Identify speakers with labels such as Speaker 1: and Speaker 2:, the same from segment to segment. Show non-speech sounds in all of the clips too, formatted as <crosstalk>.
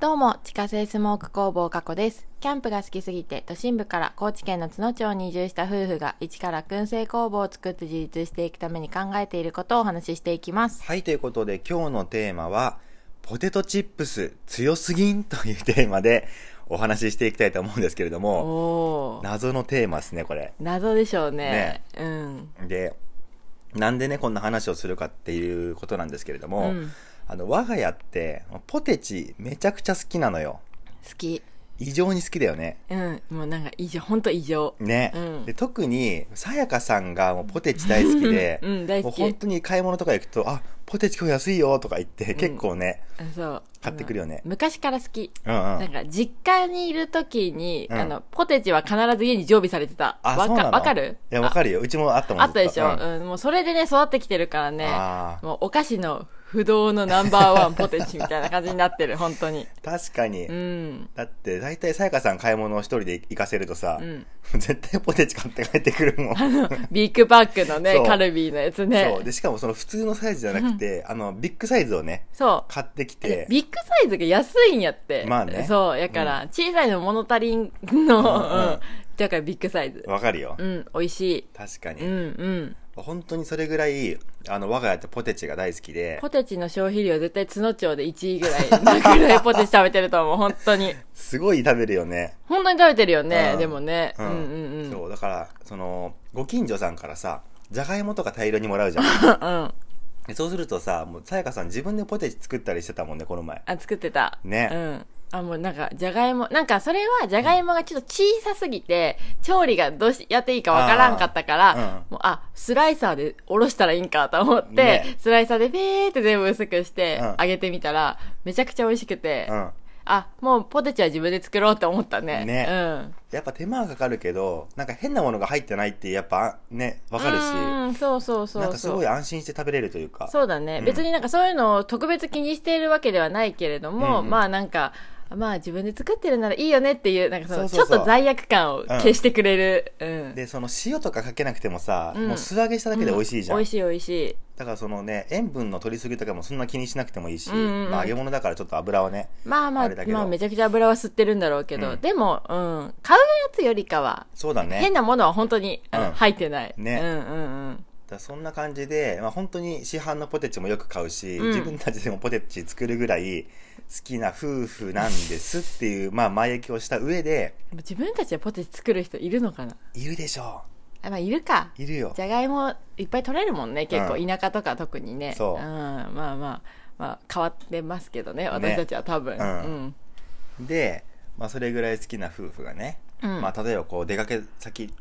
Speaker 1: どうも、地下製スモーク工房加古です。キャンプが好きすぎて、都心部から高知県の津野町に移住した夫婦が、一から燻製工房を作って自立していくために考えていることをお話ししていきます。
Speaker 2: はい、ということで今日のテーマは、ポテトチップス強すぎんというテーマでお話ししていきたいと思うんですけれども、
Speaker 1: おー。
Speaker 2: 謎のテーマですね、これ。
Speaker 1: 謎でしょうね。うん。
Speaker 2: で、なんでね、こんな話をするかっていうことなんですけれど
Speaker 1: う
Speaker 2: も、
Speaker 1: ん。
Speaker 2: あの、我が家って、ポテチめちゃくちゃ好きなのよ。
Speaker 1: 好き。
Speaker 2: 異常に好きだよね。
Speaker 1: うん。もうなんか異常、ほんと異常。
Speaker 2: ね。
Speaker 1: うん、
Speaker 2: で特に、さやかさんがもうポテチ大好きで
Speaker 1: <laughs> うん、大
Speaker 2: も
Speaker 1: 好
Speaker 2: う
Speaker 1: き。
Speaker 2: 本当に買い物とか行くと、あ、ポテチ今日安いよとか言って、結構ね、
Speaker 1: あそう。
Speaker 2: 買ってくるよ
Speaker 1: あ
Speaker 2: ね
Speaker 1: の昔から好き。
Speaker 2: うんうん。
Speaker 1: なんか、実家にいる時に、
Speaker 2: うん
Speaker 1: あの、ポテチは必ず家に常備されてた。
Speaker 2: あ、
Speaker 1: わ
Speaker 2: そうな
Speaker 1: か、
Speaker 2: の
Speaker 1: わかる
Speaker 2: いや、わかるよ。うちもあったもん
Speaker 1: あったでしょ、
Speaker 2: ずっとう
Speaker 1: う
Speaker 2: ん
Speaker 1: ん、もうそれでね、育ってきてるからね、
Speaker 2: あー
Speaker 1: もうお菓子の不動のナンバーワンポテチみたいな感じになってる、本当に。
Speaker 2: 確かに。 <laughs>
Speaker 1: うん。
Speaker 2: だって、大体さやかさん買い物を一人で行かせるとさ、
Speaker 1: うん
Speaker 2: <laughs> 絶対ポテチ買って帰ってくる
Speaker 1: <laughs>
Speaker 2: もん。
Speaker 1: ビッグバッグのね
Speaker 2: そ、う
Speaker 1: カルビーのやつね。
Speaker 2: そう。で、しかもその普通のサイズじゃなくて、あの、ビッグサイズをね、
Speaker 1: そう。
Speaker 2: 買ってき
Speaker 1: で
Speaker 2: て、
Speaker 1: ビッグサイズが安いんやって。
Speaker 2: まあね
Speaker 1: そう、やから、小さいの物足りんの、
Speaker 2: うんうん
Speaker 1: うんだからビッグサイズ。
Speaker 2: わかるよ。
Speaker 1: うん、美味しい。
Speaker 2: 確か
Speaker 1: うん、
Speaker 2: に。
Speaker 1: うん。
Speaker 2: 本当にそれぐらい、あの、我が家ってポテチが大好きで
Speaker 1: ポ、テチの消費量絶対角町で1位ぐらい、なぐらいポテチ食べてると思う、本当に。
Speaker 2: すごい食べるよね。
Speaker 1: 本当に食べてるよね、
Speaker 2: うん
Speaker 1: でもね。う
Speaker 2: うんん
Speaker 1: うんうん。
Speaker 2: そう。だから、その、ご近所さんからさ、じゃがいもとか大量にもらうじゃん。
Speaker 1: うん。
Speaker 2: でそうするとさ、もうさやかさん自分でポテチ作ったりしてたもんね、この前。
Speaker 1: あ、作ってた。
Speaker 2: ね
Speaker 1: うん。あ、もうなんか、じゃがいも、なんかそれはじゃがいもがちょっと小さすぎて、調理がどうし、やっていいかわからんかったから、
Speaker 2: あーうん
Speaker 1: もう、あ、スライサーでおろしたらいいんかと思って、
Speaker 2: ね
Speaker 1: スライサーでビーって全部薄くして
Speaker 2: うん、
Speaker 1: 揚げてみたら、めちゃくちゃ美味しくて、
Speaker 2: うん。
Speaker 1: あ、もうポテチは自分で作ろうって思ったね。
Speaker 2: ね
Speaker 1: うん。
Speaker 2: やっぱ手間はかかるけど、なんか変なものが入ってないって、やっぱね、わ
Speaker 1: わ
Speaker 2: かるし、
Speaker 1: うん、そうそうそうそう。
Speaker 2: なんかすごい安心して食べれるというか。
Speaker 1: そうだね、
Speaker 2: うん
Speaker 1: 別になんかそういうのを特別気にしているわけではないけれども、
Speaker 2: うんうん
Speaker 1: まあなんか、まあ自分で作ってるならいいよねっていう、なんかその
Speaker 2: そうそうそう
Speaker 1: ちょっと罪悪感を消してくれる。うん。
Speaker 2: で、その塩とかかけなくてもさ、
Speaker 1: うん
Speaker 2: もう素揚げしただけで美味しいじゃん。
Speaker 1: 美味しい美味しい。
Speaker 2: だからそのね、塩分の取りすぎとかもそんな気にしなくてもいいし、
Speaker 1: うんうんうん
Speaker 2: まあ揚げ物だからちょっと油はね、
Speaker 1: まあまあ
Speaker 2: あれだ、けど
Speaker 1: まあめちゃくちゃ油は吸ってるんだろうけど、
Speaker 2: うん
Speaker 1: でも、うん。買うやつよりかは、
Speaker 2: そうだね。
Speaker 1: 変
Speaker 2: だか
Speaker 1: なものは本当に、うん
Speaker 2: うん
Speaker 1: 入ってない。
Speaker 2: ね
Speaker 1: うんうんうん。
Speaker 2: らそんな感じで、まあ本当に市販のポテチもよく買うし、
Speaker 1: うん
Speaker 2: 自分たちでもポテチ作るぐらい好きな夫婦なんですっていう、まあ前置きをした上で、
Speaker 1: 自分たちでポテチ作る人いるのかない
Speaker 2: るでしょ
Speaker 1: あ、まあいるか。
Speaker 2: う。いるよ
Speaker 1: じ。ゃがいもいっぱい取れるもんね結構
Speaker 2: うん
Speaker 1: 田舎とか特にね、
Speaker 2: そうん
Speaker 1: まあまあまあ変わってますけどね私たちは多分、
Speaker 2: うん
Speaker 1: うん
Speaker 2: で、まあ、それぐらい好きな夫婦がね、
Speaker 1: うん
Speaker 2: まあ、例えばこう出かけ先、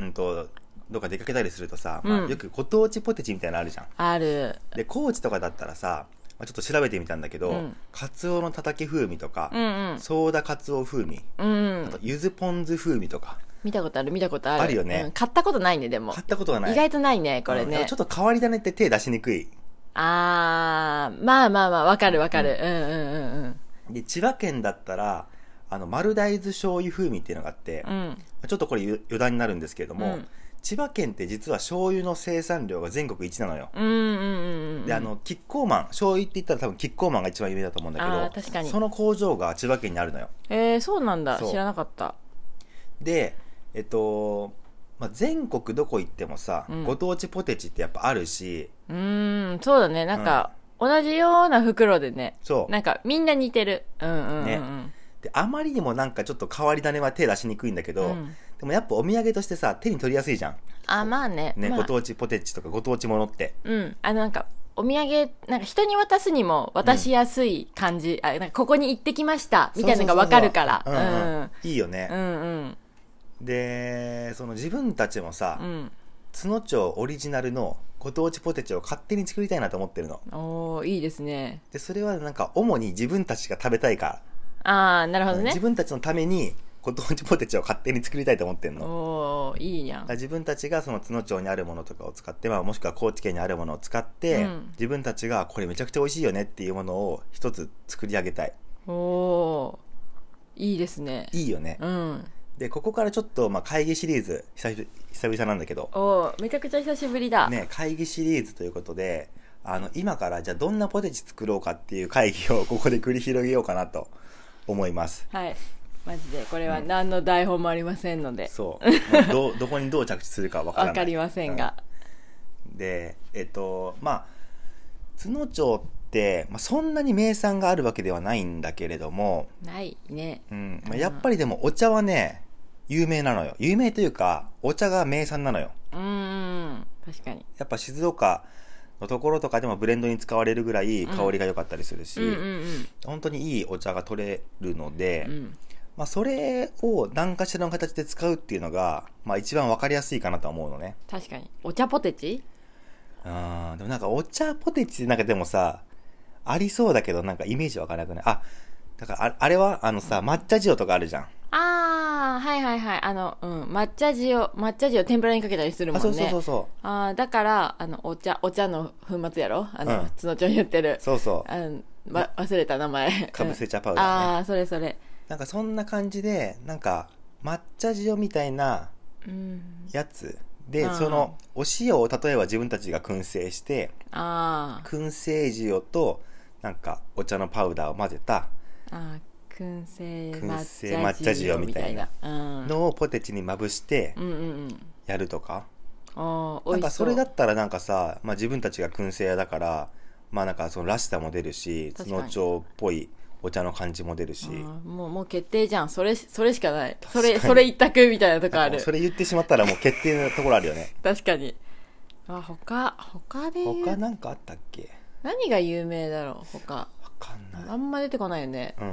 Speaker 2: うん、とどっか出かけたりするとさ、ま
Speaker 1: うん
Speaker 2: あ、よくご当地ポテチみたいなのあるじゃん
Speaker 1: ある
Speaker 2: で高知とかだったらさ、まあ、ちょっと調べてみたんだけど、
Speaker 1: うん
Speaker 2: カツオのたたき風味とか、
Speaker 1: うんうん
Speaker 2: ソーダカツオ風味
Speaker 1: うん
Speaker 2: あとゆずポン酢風味とか
Speaker 1: 見たことある見たことある
Speaker 2: あるよね
Speaker 1: うん買ったことないねでも
Speaker 2: 買ったことがない
Speaker 1: 意外とないねこれね、
Speaker 2: うんちょっと変わり種って手出しにくい
Speaker 1: あーまあまあまあわかるわかる、うん、うんうんうん
Speaker 2: で千葉県だったらあの丸大豆醤油風味っていうのがあって、
Speaker 1: う
Speaker 2: ま
Speaker 1: ん
Speaker 2: あちょっとこれ余余談になるんですけれども、
Speaker 1: うん
Speaker 2: 千葉県って実は醤油の生産量が全国一なのよ
Speaker 1: うんうんうんうん
Speaker 2: であのキッコーマン醤油って言ったら多分キッコーマンが一番有名だと思うんだけ
Speaker 1: あー
Speaker 2: ど
Speaker 1: 確かに
Speaker 2: その工場が千葉県にあるのよ
Speaker 1: えー、そうなんだ
Speaker 2: そう
Speaker 1: 知らなかった
Speaker 2: でえっと、まあ、全国どこ行ってもさ、
Speaker 1: うん
Speaker 2: ご当地ポテチってやっぱあるし
Speaker 1: うーんそうだねなんか、同じような袋でね
Speaker 2: そう
Speaker 1: なんかみんな似てるうんうんうんうん、
Speaker 2: ねであまりにもなんかちょっと変わり種は手出しにくいんだけど、
Speaker 1: うん
Speaker 2: でもやっぱお土産としてさ手に取りやすいじゃん、
Speaker 1: あまあね
Speaker 2: ね
Speaker 1: まあ
Speaker 2: ご当地ポテチとかご当地ものって
Speaker 1: うんあのなんかお土産なんか人に渡すにも渡しやすい感じ、あなんかここに行ってきましたみたいなのがわかるから
Speaker 2: そうそうそうそううんうんいいよね
Speaker 1: う、んうん
Speaker 2: でその自分たちもさ、
Speaker 1: うん
Speaker 2: 津野町オリジナルのご当地ポテチを勝手に作りたいなと思ってるの
Speaker 1: うんおーいいですね
Speaker 2: でそれはなんか主に自分たちが食べたいか
Speaker 1: ああなるほ
Speaker 2: ら、
Speaker 1: ど
Speaker 2: 自
Speaker 1: ね
Speaker 2: 分たちのためにご当地ポテチを勝手に作りたいと思ってんのだか
Speaker 1: おーいいやん
Speaker 2: ら自分たちがその津野町にあるものとかを使って、まあ、もしくは高知県にあるものを使って、
Speaker 1: うん
Speaker 2: 自分たちがこれめちゃくちゃ美味しいよねっていうものを一つ作り上げたい
Speaker 1: おーいいですね
Speaker 2: いいよね、
Speaker 1: うん
Speaker 2: でここからちょっとまあ会議シリーズ久々久々なんだけど、
Speaker 1: おーめちゃくちゃ久しぶりだ、
Speaker 2: ね、会議シリーズということであの、今からじゃあどんなポテチ作ろうかっていう会議をここで繰り広げようかなと思います。
Speaker 1: はいマジでこれは何の台本もありませんので、
Speaker 2: そう。も
Speaker 1: <laughs>
Speaker 2: うどう、どこにどう着地するかわから
Speaker 1: わ
Speaker 2: ない。
Speaker 1: かりませんが、
Speaker 2: うん。で、えっと、まあ、津野町って、まあ、そんなに名産があるわけではないんだけれども、
Speaker 1: ないね
Speaker 2: うん、まあ、やっぱりでもお茶はね、有名なのよ。有名というか、お茶が名産なのよ。
Speaker 1: うーん確かに
Speaker 2: やっぱ静岡のところとかでもブレンドに使われるぐらい香りが良かったりするし、
Speaker 1: うんうん
Speaker 2: 本当にいいお茶が取れるので、
Speaker 1: うんうん
Speaker 2: まあ、それを何かしらの形で使うっていうのが、まあ、一番わかりやすいかなとは思うのね。
Speaker 1: 確かにお茶ポテチ
Speaker 2: うん、でもなんかお茶ポテチってなんかでもさ、ありそうだけどなんかイメージわからなくないあ、だからああれはあのさ、抹茶塩とかあるじゃん。
Speaker 1: ああはいはいはいあの、うん、抹茶塩抹茶塩天ぷらにかけたりするも
Speaker 2: あ、
Speaker 1: んね
Speaker 2: そうそうそうそ
Speaker 1: あーだからあのお茶お茶の粉末やろあの、
Speaker 2: うん
Speaker 1: つのちょに言ってる
Speaker 2: う。そうそう。
Speaker 1: あのわ忘れた名前
Speaker 2: かぶせ茶パウダーね。
Speaker 1: ああーそれそれ
Speaker 2: なんかそんな感じで、なんか抹茶塩みたいな
Speaker 1: うん
Speaker 2: やつで、
Speaker 1: うん
Speaker 2: そのお塩を例えば自分たちが燻製して、
Speaker 1: あー
Speaker 2: 燻製塩となんかお茶のパウダーを混ぜた
Speaker 1: あー燻製
Speaker 2: 燻製
Speaker 1: 抹茶塩みたいなうん
Speaker 2: のをポテチにまぶして
Speaker 1: うんうんうん
Speaker 2: やるとか、
Speaker 1: あー
Speaker 2: な
Speaker 1: 美
Speaker 2: んか
Speaker 1: 味し
Speaker 2: そうれだったらなんかさ、まあ、自分たちが燻製屋だからまあなんかそのらしさも出るし
Speaker 1: 確
Speaker 2: 津
Speaker 1: かに
Speaker 2: 野町っぽいお茶の感じも出るし
Speaker 1: あーもうもう決定じゃんそれそれしかないそ
Speaker 2: 確
Speaker 1: れ
Speaker 2: かに
Speaker 1: それ一択みたいなとこあ
Speaker 2: なん
Speaker 1: る
Speaker 2: かそれ言ってしまったらもう決定なところある
Speaker 1: <laughs>
Speaker 2: よね
Speaker 1: 確かにあ他他で言う
Speaker 2: 他なんかあったっけ
Speaker 1: 何が有名だろう他
Speaker 2: わかんな
Speaker 1: あ
Speaker 2: い
Speaker 1: んま出てこないよね
Speaker 2: う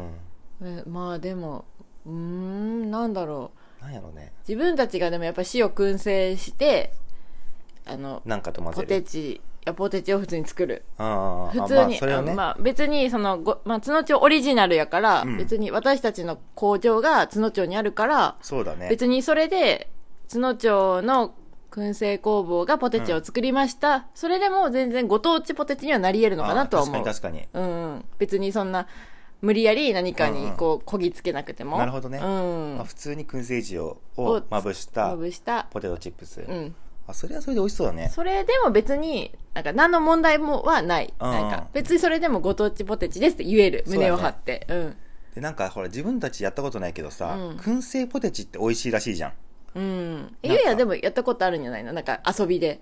Speaker 2: ん
Speaker 1: えまあでもうーんなんだろう
Speaker 2: なんやろね
Speaker 1: 自分たちがでもやっぱ塩燻製してあの
Speaker 2: なんかと混ぜ
Speaker 1: ポ
Speaker 2: る
Speaker 1: テチいやポテチを普通に作る
Speaker 2: あー
Speaker 1: 普
Speaker 2: あ
Speaker 1: 通
Speaker 2: ま
Speaker 1: に
Speaker 2: あ、それをね、
Speaker 1: あまあ、別にそのご、まあ、津野町オリジナルやから、
Speaker 2: うん
Speaker 1: 別に私たちの工場が津野町にあるから、
Speaker 2: そうだね
Speaker 1: 別にそれで津野町の燻製工房がポテチを作りました、それでも全然ご当地ポテチにはなり得るのかなとは思
Speaker 2: あ
Speaker 1: う
Speaker 2: ー確かに確か
Speaker 1: うんうん、別にそんな無理やり何かにこうこぎつけなくても、
Speaker 2: なるほどね
Speaker 1: うん
Speaker 2: に、まあ、普通に燻製塩
Speaker 1: を
Speaker 2: をまぶし
Speaker 1: ま
Speaker 2: た
Speaker 1: ぶした、
Speaker 2: ポテトチップス、
Speaker 1: うん、
Speaker 2: あそれはそれで美味しそうだね
Speaker 1: それでも別になんか何の問題もはない、
Speaker 2: うん
Speaker 1: なんか別にそれでもご当地ポテチですって言える
Speaker 2: そうだね
Speaker 1: 胸を張ってう,、
Speaker 2: でなんかほら自分たちやったことないけどさ、
Speaker 1: うん
Speaker 2: 燻製ポテチって美味しいらしいじゃん
Speaker 1: んうんゆうやでもやったことあるんじゃないのなんか遊びで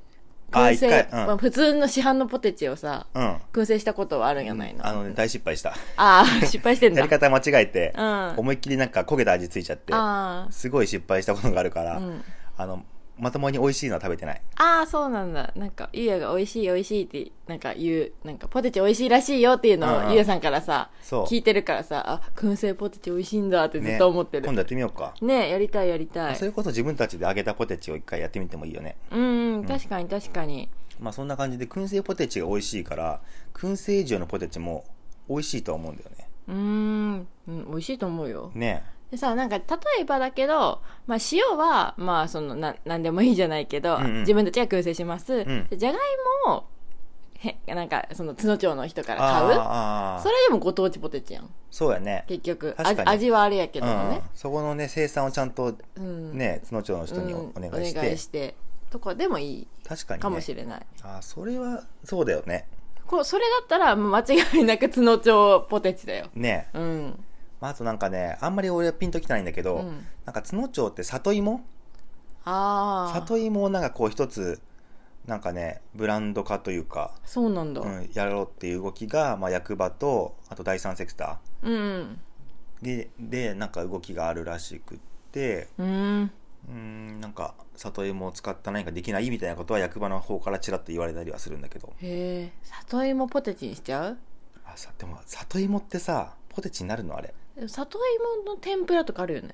Speaker 2: あ
Speaker 1: 燻製
Speaker 2: 一回うん
Speaker 1: まあ普通の市販のポテチをさ
Speaker 2: うん
Speaker 1: 燻製したことはあるんじゃないの、
Speaker 2: あのね大失敗した
Speaker 1: ああ、失敗してんだ。
Speaker 2: やり方間違えて、
Speaker 1: うん
Speaker 2: 思いっきりなんか焦げた味ついちゃって
Speaker 1: あ
Speaker 2: すごい失敗したことがあるか
Speaker 1: あ、
Speaker 2: ら、
Speaker 1: うん。
Speaker 2: あのまともに美味しいのは食べてない
Speaker 1: ああ、そうなんだ。なんか、ゆうやが美味しい美味しいって、なんか言う、なんか、ポテチ美味しいらしいよっていう
Speaker 2: うんう
Speaker 1: の
Speaker 2: ん
Speaker 1: を、ゆうやさんからさ、
Speaker 2: そう
Speaker 1: 聞いてるからさ、あ、燻製ポテチ美味しいんだってずっと思ってる。
Speaker 2: 今度やってみようか、
Speaker 1: ねえやりたいやりたい
Speaker 2: そ。れこそ自分たちで揚げたポテチを一回やってみてもいいよね
Speaker 1: うん、うん、確かに確かに。
Speaker 2: まあそんな感じで燻製ポテチが美味しいから燻製塩のポテチも美味しいとは思うんだよね
Speaker 1: うーん、うん、美味しいと思うよ。
Speaker 2: ね
Speaker 1: でさ、なんか、例えばだけど、まあ、塩は、まあ、その、な、なんでもいいじゃないけど、
Speaker 2: うんうん
Speaker 1: 自分たちが燻製します。
Speaker 2: ん
Speaker 1: でじゃがいもを、へ、なんか、その、津野町の人から買う
Speaker 2: あーあー
Speaker 1: それでもご当地ポテチやん
Speaker 2: そうやね
Speaker 1: 結局
Speaker 2: 確か
Speaker 1: あ
Speaker 2: に
Speaker 1: 味はあれやけどもね
Speaker 2: うん、そこのね生産をちゃんと
Speaker 1: うん
Speaker 2: ね津野町の人にお,、
Speaker 1: うん
Speaker 2: 願いして
Speaker 1: てとかでもいい
Speaker 2: 確かに、ね、
Speaker 1: かもしれない、
Speaker 2: あーそれはそうだよね
Speaker 1: こうそれだったらもう間違いなく津野町ポテチだよ
Speaker 2: ねえ、
Speaker 1: うん
Speaker 2: まあ、あとなんかねあんまり俺はピンときてないんだけど、
Speaker 1: うん
Speaker 2: なんか津野町って里芋
Speaker 1: ああ
Speaker 2: 里芋をなんかこう一つなんかねブランド化というか、
Speaker 1: そうなんだ、う、
Speaker 2: うんん、やろうっていう動きが、まあ、役場とあと第三セクタ
Speaker 1: うん
Speaker 2: ーででなんか動きがあるらしくって
Speaker 1: うん
Speaker 2: うんなんか里芋を使った何かできないみたいなことは役場の方からちらっと言われたりはするんだけど
Speaker 1: へえ里芋ポテチにしちゃう
Speaker 2: あさでも里芋ってさポテチになるのあれ
Speaker 1: でも里芋の天ぷらとかあるよね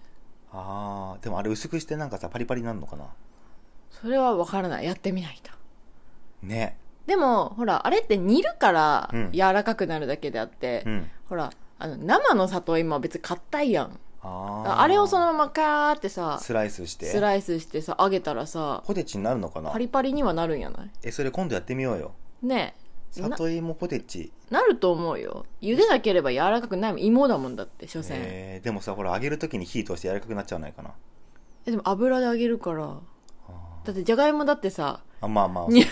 Speaker 2: あーでもあれ薄くしてなんかさパリパリになるのかな
Speaker 1: それは分からないやってみないと
Speaker 2: ね
Speaker 1: でもほらあれって煮るから
Speaker 2: うん
Speaker 1: 柔らかくなるだけであって、
Speaker 2: うん
Speaker 1: ほらあの生の里芋は別に硬いやん
Speaker 2: あー
Speaker 1: あれをそのままカーってさ
Speaker 2: スライスして
Speaker 1: スライスしてさ揚げたらさ
Speaker 2: ポテチになるのかな
Speaker 1: パリパリにはなるんやない
Speaker 2: えそれ今度やってみようよ
Speaker 1: ねえな
Speaker 2: 里芋ポテチ
Speaker 1: なると思うよ茹でなければ柔らかくないもん芋だもんだって所詮、え
Speaker 2: えーでもさほら揚げるときに火通して柔らかくなっちゃわないかな
Speaker 1: でも油で揚げるからだってじゃがいもだってさ <laughs>
Speaker 2: あまあまあ。
Speaker 1: に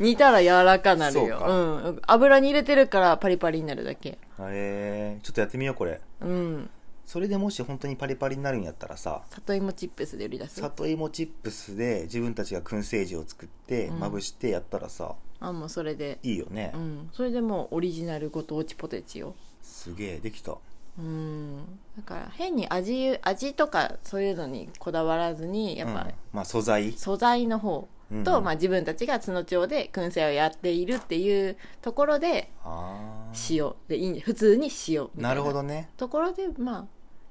Speaker 1: 煮たら柔らかなる
Speaker 2: そう
Speaker 1: よ。
Speaker 2: か
Speaker 1: うん。油に入れてるからパリパリになるだけ。
Speaker 2: えー、ちょっとやってみよう、これ。
Speaker 1: うん。
Speaker 2: それでもし本当にパリパリになるんやったらさ、
Speaker 1: 里芋チップスで売り出す。
Speaker 2: 里芋チップスで自分たちが燻製塩を作って、
Speaker 1: うん
Speaker 2: まぶしてやったらさ、
Speaker 1: あ、もうそれで。
Speaker 2: いいよね
Speaker 1: う。ん。それでもうオリジナルご当地ポテチよ。
Speaker 2: すげえ、できた。
Speaker 1: うん。だから変に味、味とかそういうのにこだわらずに、やっぱ
Speaker 2: うん、まあ素材。
Speaker 1: 素材の方と、
Speaker 2: うん
Speaker 1: まあ自分たちが角町で燻製をやっているっていうところで、
Speaker 2: あー
Speaker 1: 塩でいいん普通に塩みたい
Speaker 2: なるほどね。
Speaker 1: ところでまあ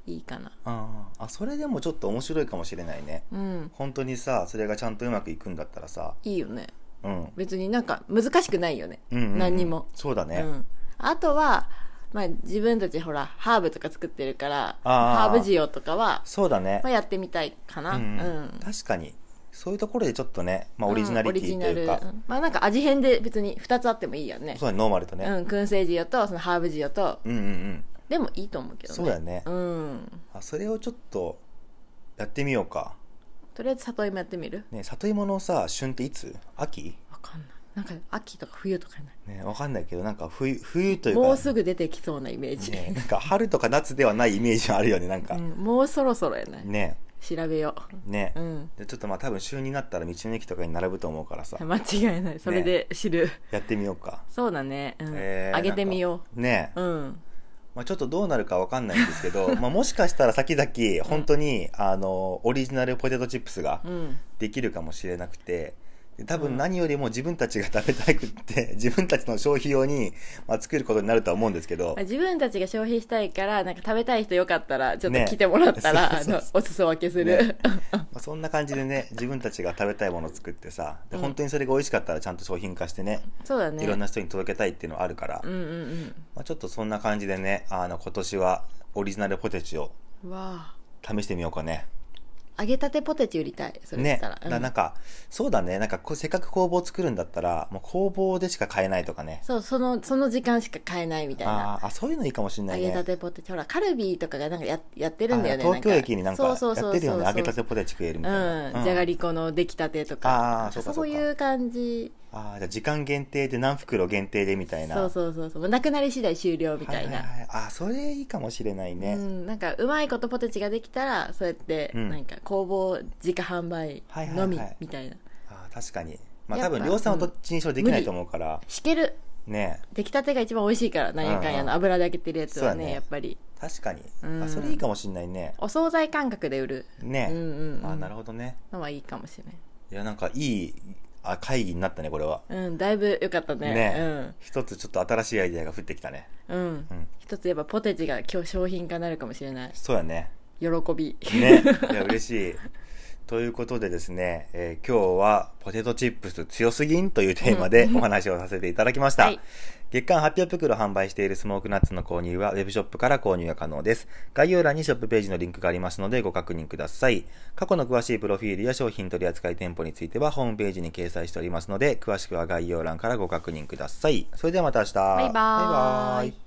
Speaker 1: いいかな
Speaker 2: あーあ、それでもちょっと面白いかもしれないね。
Speaker 1: うん
Speaker 2: 本当にさ、それがちゃんとうまくいくんだったらさ、
Speaker 1: いいよね
Speaker 2: うん。
Speaker 1: 別になんか難しくないよね
Speaker 2: うんうんうん
Speaker 1: 何にも
Speaker 2: そうだね。
Speaker 1: うん、あとは、まあ、自分たちほらハーブとか作ってるから
Speaker 2: あ
Speaker 1: ハ
Speaker 2: ー
Speaker 1: ーブ塩とかは、
Speaker 2: そうだね
Speaker 1: まあ、。やってみたいかな
Speaker 2: う
Speaker 1: うんん、
Speaker 2: 確かにそういうところでちょっとね、まあ、オリジナリティという
Speaker 1: オリジナ
Speaker 2: か、
Speaker 1: ルんまあなんか味変で別に2つあってもいいよね
Speaker 2: そうだねノーマルと
Speaker 1: う
Speaker 2: ね、
Speaker 1: ん燻製塩とそのハーブ塩と
Speaker 2: うん、うんうん
Speaker 1: でもいいと思うけどね
Speaker 2: そうだね、
Speaker 1: うん
Speaker 2: あそれをちょっとやってみようか、
Speaker 1: とりあえず里芋やってみる
Speaker 2: ね、里芋のさ旬っていつ秋
Speaker 1: わかんないなんか秋とか冬とかになる
Speaker 2: ねわかんないけどなんか冬冬というか
Speaker 1: もうすぐ出てきそうなイメージ、
Speaker 2: ね、なんか春とか夏ではないイメージあるよねなん
Speaker 1: う
Speaker 2: か、
Speaker 1: ん、もうそろそろやない
Speaker 2: ね
Speaker 1: 調べよ
Speaker 2: ね、
Speaker 1: ううん
Speaker 2: でちょっとまあ多分旬になったら道の駅とかに並ぶと思うからさ
Speaker 1: 間違いないそれで知る、
Speaker 2: やってみようか、
Speaker 1: そうだねうん、
Speaker 2: えー
Speaker 1: あげてみよ
Speaker 2: なんかね
Speaker 1: ううん
Speaker 2: まあ、ちょっとどうなるかわかんないんですけ
Speaker 1: <laughs>
Speaker 2: ど、まあ、もしかしたら先々本当に、あのオリジナルポテトチップスが
Speaker 1: うん
Speaker 2: できるかもしれなくてで多分何よりも自分たちが食べたくって <laughs> 自分たちの消費用に、まあ、作ることになるとは思うんですけど
Speaker 1: まあ、自分たちが消費したいからなんか食べたい人よかったらちょっと
Speaker 2: ね
Speaker 1: 来てもらったら、
Speaker 2: そうそう
Speaker 1: あのお裾分けす
Speaker 2: ね
Speaker 1: る、
Speaker 2: <laughs> まあ、そんな感じでね自分たちが食べたいものを作ってさで
Speaker 1: うん
Speaker 2: 本当にそれが美味しかったらちゃんと商品化してね
Speaker 1: そうだね
Speaker 2: いろんな人に届けたいっていうのはあるから、
Speaker 1: うんうん
Speaker 2: まあ、ちょっとそんな感じでねあの今年はオリジナルポテチを
Speaker 1: うんわ
Speaker 2: 試してみようかね。
Speaker 1: あ揚げたてポテチ売りたいそれだ
Speaker 2: ね
Speaker 1: っ、たら、うん
Speaker 2: だなんかそうだねなんかこうせっかく工房作るんだったらもう工房でしか買えないとかね
Speaker 1: そうそのその時間しか買えないみたいな
Speaker 2: あーあそういうのいいかもしれな
Speaker 1: 揚
Speaker 2: い
Speaker 1: げ
Speaker 2: ね
Speaker 1: たてポテチほらカルビーとかがなんかややってるんだよね
Speaker 2: あ東京駅になんかや
Speaker 1: そうそうそう
Speaker 2: ってるよ
Speaker 1: そ
Speaker 2: ね揚
Speaker 1: うそう
Speaker 2: げたてポテチ食え
Speaker 1: う
Speaker 2: るみ
Speaker 1: ん
Speaker 2: たいな、
Speaker 1: じゃが
Speaker 2: り
Speaker 1: りこの出来たてと
Speaker 2: あー
Speaker 1: か
Speaker 2: そうかそうか
Speaker 1: そういう感じ
Speaker 2: あーじゃあ時間限定で何袋限定でみたいな
Speaker 1: そうそうそうそうもうなくなり次第終了みたいな、
Speaker 2: はははあーそれいいかもしれないね、
Speaker 1: うん、なんかうまいことポテチができたらそうやって
Speaker 2: うん
Speaker 1: なんか工房自家販売
Speaker 2: はいはいはい
Speaker 1: のみみたいな
Speaker 2: あー確かにまあ
Speaker 1: や
Speaker 2: 多
Speaker 1: っぱ
Speaker 2: 分量産はどっちにしろできないと思うから、
Speaker 1: しける
Speaker 2: ね
Speaker 1: 出来たてが一番美味しいからなんやかん
Speaker 2: うんう
Speaker 1: や
Speaker 2: ん
Speaker 1: の油で揚げてるやつは
Speaker 2: そう
Speaker 1: ね
Speaker 2: だね
Speaker 1: やっぱり
Speaker 2: 確かに、
Speaker 1: うん
Speaker 2: あそれいいかもしれないね
Speaker 1: お惣菜感覚で売る、
Speaker 2: ね、
Speaker 1: うんうん、うん、
Speaker 2: あーなるほどね
Speaker 1: のはいいかもしれない
Speaker 2: いやなんかいいあ会議になったねこれは
Speaker 1: うん、だいぶ良かったね
Speaker 2: ね一つちょっと新しいアイデアが降ってきたね
Speaker 1: うん、うん
Speaker 2: うん
Speaker 1: 一つ言えばポテチが今日商品化になるかもしれない
Speaker 2: そうやね
Speaker 1: 喜び
Speaker 2: ね、いや嬉しい。ということでですね、えー今日はポテトチップス強すぎんというテーマでお話をさせていただきました。
Speaker 1: はい
Speaker 2: 月間800袋販売しているスモークナッツの購入はウェブショップから購入が可能です。概要欄にショップページのリンクがありますのでご確認ください。過去の詳しいプロフィールや商品取扱店舗についてはホームページに掲載しておりますので、詳しくは概要欄からご確認ください。それではまた明日。バ
Speaker 1: バイバーイ
Speaker 2: バイバーイ